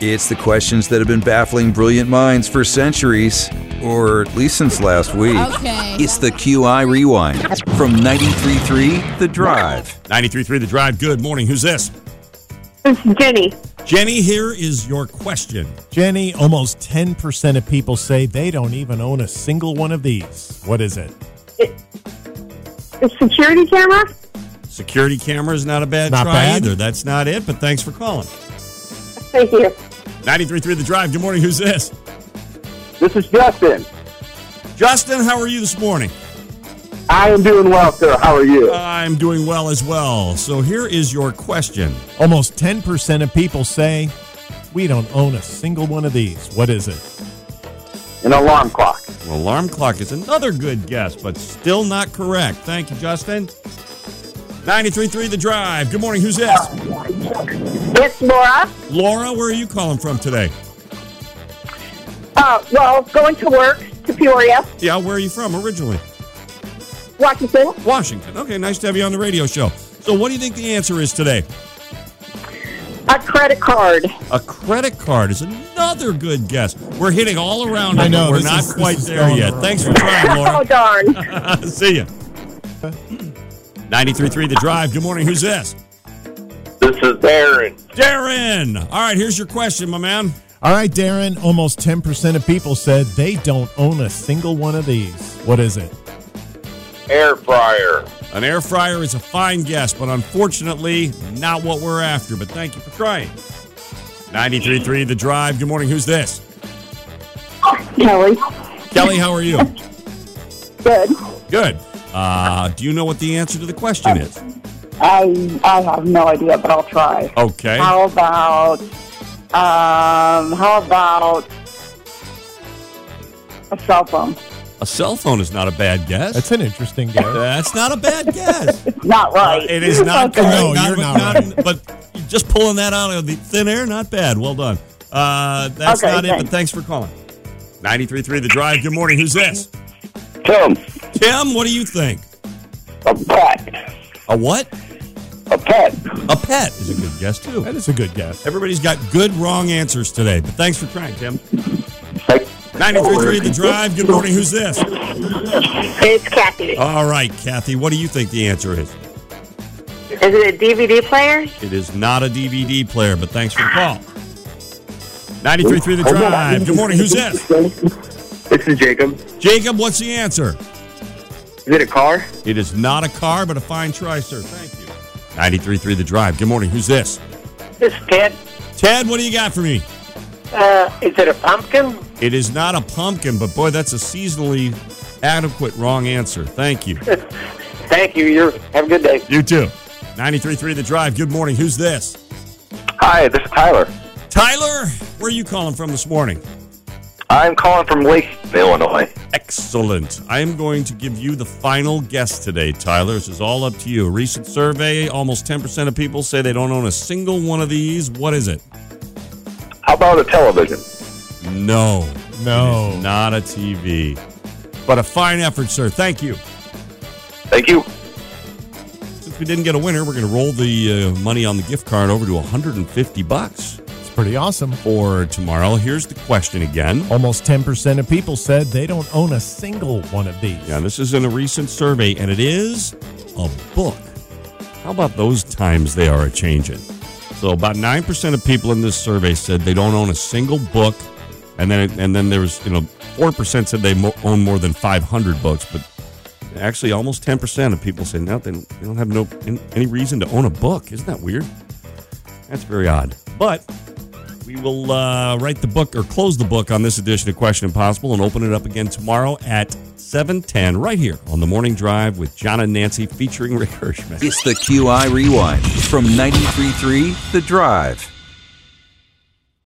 It's the questions that have been baffling brilliant minds for centuries, or at least since last week. Okay. It's the QI Rewind from 93.3 The Drive. 93.3 The Drive. Good morning. Who's this? Jenny. Jenny, here is your question. Jenny, almost 10% of people say they don't even own a single one of these. What is it? The security camera? Security camera is not a bad Not try bad. either. That's not it, but thanks for calling. Thank you. 93.3 The Drive. Good morning. Who's this? This is Justin. Justin, how are you this morning? I am doing well, sir. How are you? I'm doing well as well. So here is your question. Almost 10% of people say we don't own a single one of these. What is it? An alarm clock. Alarm clock is another good guess, but still not correct. Thank you, Justin. 93.3 The Drive. Good morning. Who's this? It's Laura. Laura, where are you calling from today? Uh, well, going to work to Peoria, Yeah, where are you from originally? Washington. Washington. Okay, nice to have you on the radio show. So, what do you think the answer is today? A credit card. A credit card is another good guess. We're hitting all around. I it, know, but we're this not is- this quite is there going yet. around. Thanks for trying, Oh, Laura. darn. See ya. 93.3 The Drive. Good morning. Who's this? This is Aaron. Darren. All right, here's your question, my man. All right, Darren, almost 10% of people said they don't own a single one of these. What is it? Air fryer. An air fryer is a fine guess, but unfortunately, not what we're after. But thank you for trying. 93.3 The Drive. Good morning. Who's this? Kelly. Kelly, how are you? Good. Good. Uh, do you know what the answer to the question is? I I have no idea, but I'll try. Okay. How about um how about a cell phone? A cell phone is not a bad guess. That's an interesting guess. That's not a bad guess. Not right. Uh, it is not Okay. correct. No, you're not right. But just pulling that out of the thin air, not bad. Well done. Uh, that's Okay, not it, but thanks. thanks for calling. 93.3 The Drive. Good morning. Who's this? Tim. Tim, what do you think? A pet. A what? A pet. A pet is a good guess, too. That is a good guess. Everybody's got good, wrong answers today, but thanhanks for trying, Tim. Like, 93.3 The Drive. Good morning. Who's this? It's Kathy. All right, Kathy, what do you think the answer is? Is it a DVD player? It is not a DVD player, but thanks for the call. 93.3 The Drive. Good morning. Who's this? This is Jacob. Jacob, what's the answer? Is it a car? It is not a car, but a fine try, sir. Thank you. 93.3 The Drive. Good morning. Who's this? It's Ted. Ted, what do you got for me? Uh, is it a pumpkin? It is not a pumpkin, but boy, that's a seasonally adequate wrong answer. Thank you. Thank you. You're have a good day. You too. 93.3 The Drive. Good morning. Who's this? Hi, this is Tyler. Tyler, where are you calling from this morning? I'm calling from Lake, Illinois. Excellent. I am going to give you the final guess today, Tyler. This is all up to you. A recent survey almost 10% of people say they don't own a single one of these. What is it? How about a television? No. No. It is not a TV. But a fine effort, sir. Thank you. Thank you. Since we didn't get a winner, we're going to roll the uh, money on the gift card over to 150 bucks It's pretty awesome. for tomorrow. Here's the question again. Almost 10% of people said they don't own a single one of these. Yeah, this is in a recent survey, and it is a book. How about those times they are a changing? So, about nine percent of people in this survey said they don't own a single book, and then and then there was you know four percent said they mo- own more than five hundred books, but actually almost ten percent of people said no, they don't, they don't have no in- any reason to own a book. Isn't that weird? That's very odd, but. We will uh, write the book or close the book on this edition of Question Impossible and open it up again tomorrow at 7.10 right here on The Morning Drive with John and Nancy featuring Rick Hirschman. It's the QI Rewind from 93.3 The Drive.